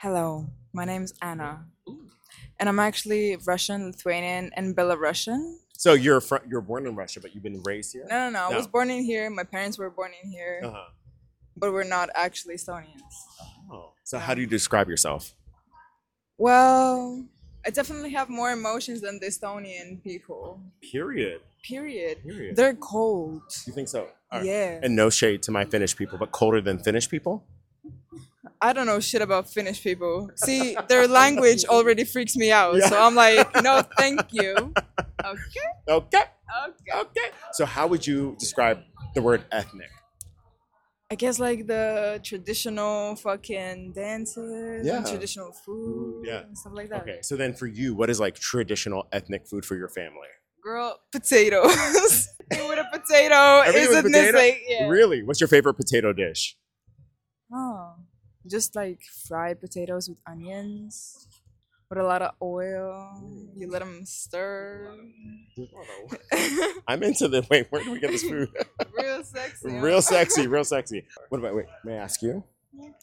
Hello, my name's Anna, and I'm actually Russian, Lithuanian, and Belarusian. So you're fr- you're born in Russia, but you've been raised here. No, no, no. I No. was born in here. My parents were born in here, Uh-huh. but we're not actually Estonians. Oh. So how do you describe yourself? Well, I definitely have more emotions than the Estonian people. Period. Period. Period. They're cold. you think so? All right. Yeah. And no shade to my Finnish people, but colder than Finnish people. I don't know shit about Finnish people. See, their language already freaks me out. Yeah. So I'm like, no, thank you. Okay, Okay. okay. Okay. So how would you describe the word ethnic? I guess like the traditional fucking dances Yeah. and traditional food Yeah. and stuff like that. Okay. So then for you, what is like traditional ethnic food for your family? Girl, potatoes. Everything with a potato Everything with isn't this potato? like yeah. Really? What's your favorite potato dish? Oh, just like fried potatoes with onions, with a lot of oil. You let them stir. I'm into the wait. Where do we get this food? Real sexy. huh? real sexy. Real sexy. What about? Wait. May I ask you?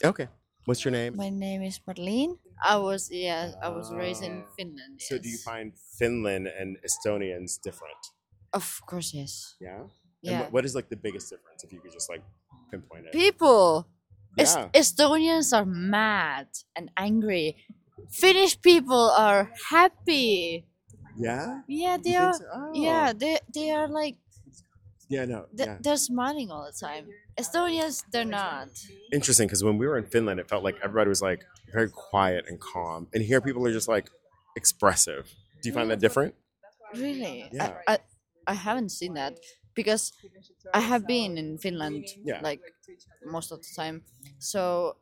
Okay. What's your name? My name is Marlene. I was yeah, I was raised in Ah. Finland. So do you yes. find Finland and Estonians different? Of course, yes. Yeah. And Yeah. what, what is like the biggest difference if you could just like pinpoint it? People, Es- Yeah. Estonians are mad and angry. Finnish people are happy. Yeah. Yeah, You they think are. so? Oh. Yeah, they they are like Yeah. No. th- yeah. they're smiling all the time. Estonians, they're not. Interesting, because when we were in Finland, it felt like everybody was like very quiet and calm, and here people are just like expressive. Do you find that different? Really, Yeah. I, I I haven't seen that because I have been in Finland Yeah. like most of the time. So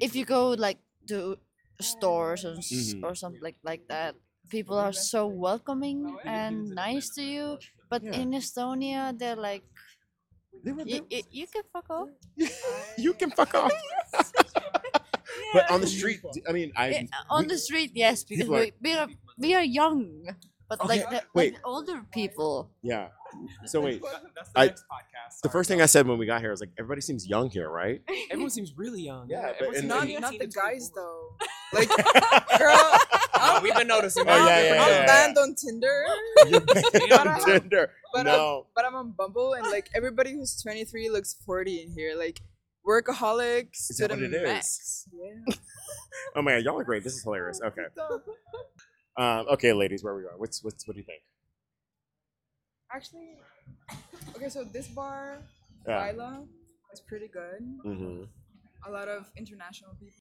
if you go like to stores or, s- Mhm. or something like, like that, people are so welcoming and nice to you. But Yeah. in Estonia, they're like, They were- y- y- you can fuck off. you can fuck off. But on the street, I mean, I Eh, on the street, yes, because people are- we, we are we are young. But Okay, like the, wait. like the older people, yeah. So wait, That's I- podcast. the first thing I said when we got here I was like, everybody seems young here, right? everyone seems really young. Yeah, but- everyone and- seems Not- Not, really young. not the Seems really guys old. though. Like, girl, No, we've been noticing. Oh, yeah, that. yeah, I'm yeah, yeah. banned on Tinder, You're banned on Tinder. but I'm, No. but I'm on Bumble, and like everybody who's 23 looks 40 in here. Like workaholics Is to that the what it is? max. Yeah. Oh my god, y'all are great. This is hilarious. Okay. Um, okay, ladies, where we are? What's what's what do you think? Actually, okay. So this bar, Yeah. Lila, is pretty good. Mhm. A lot of international people.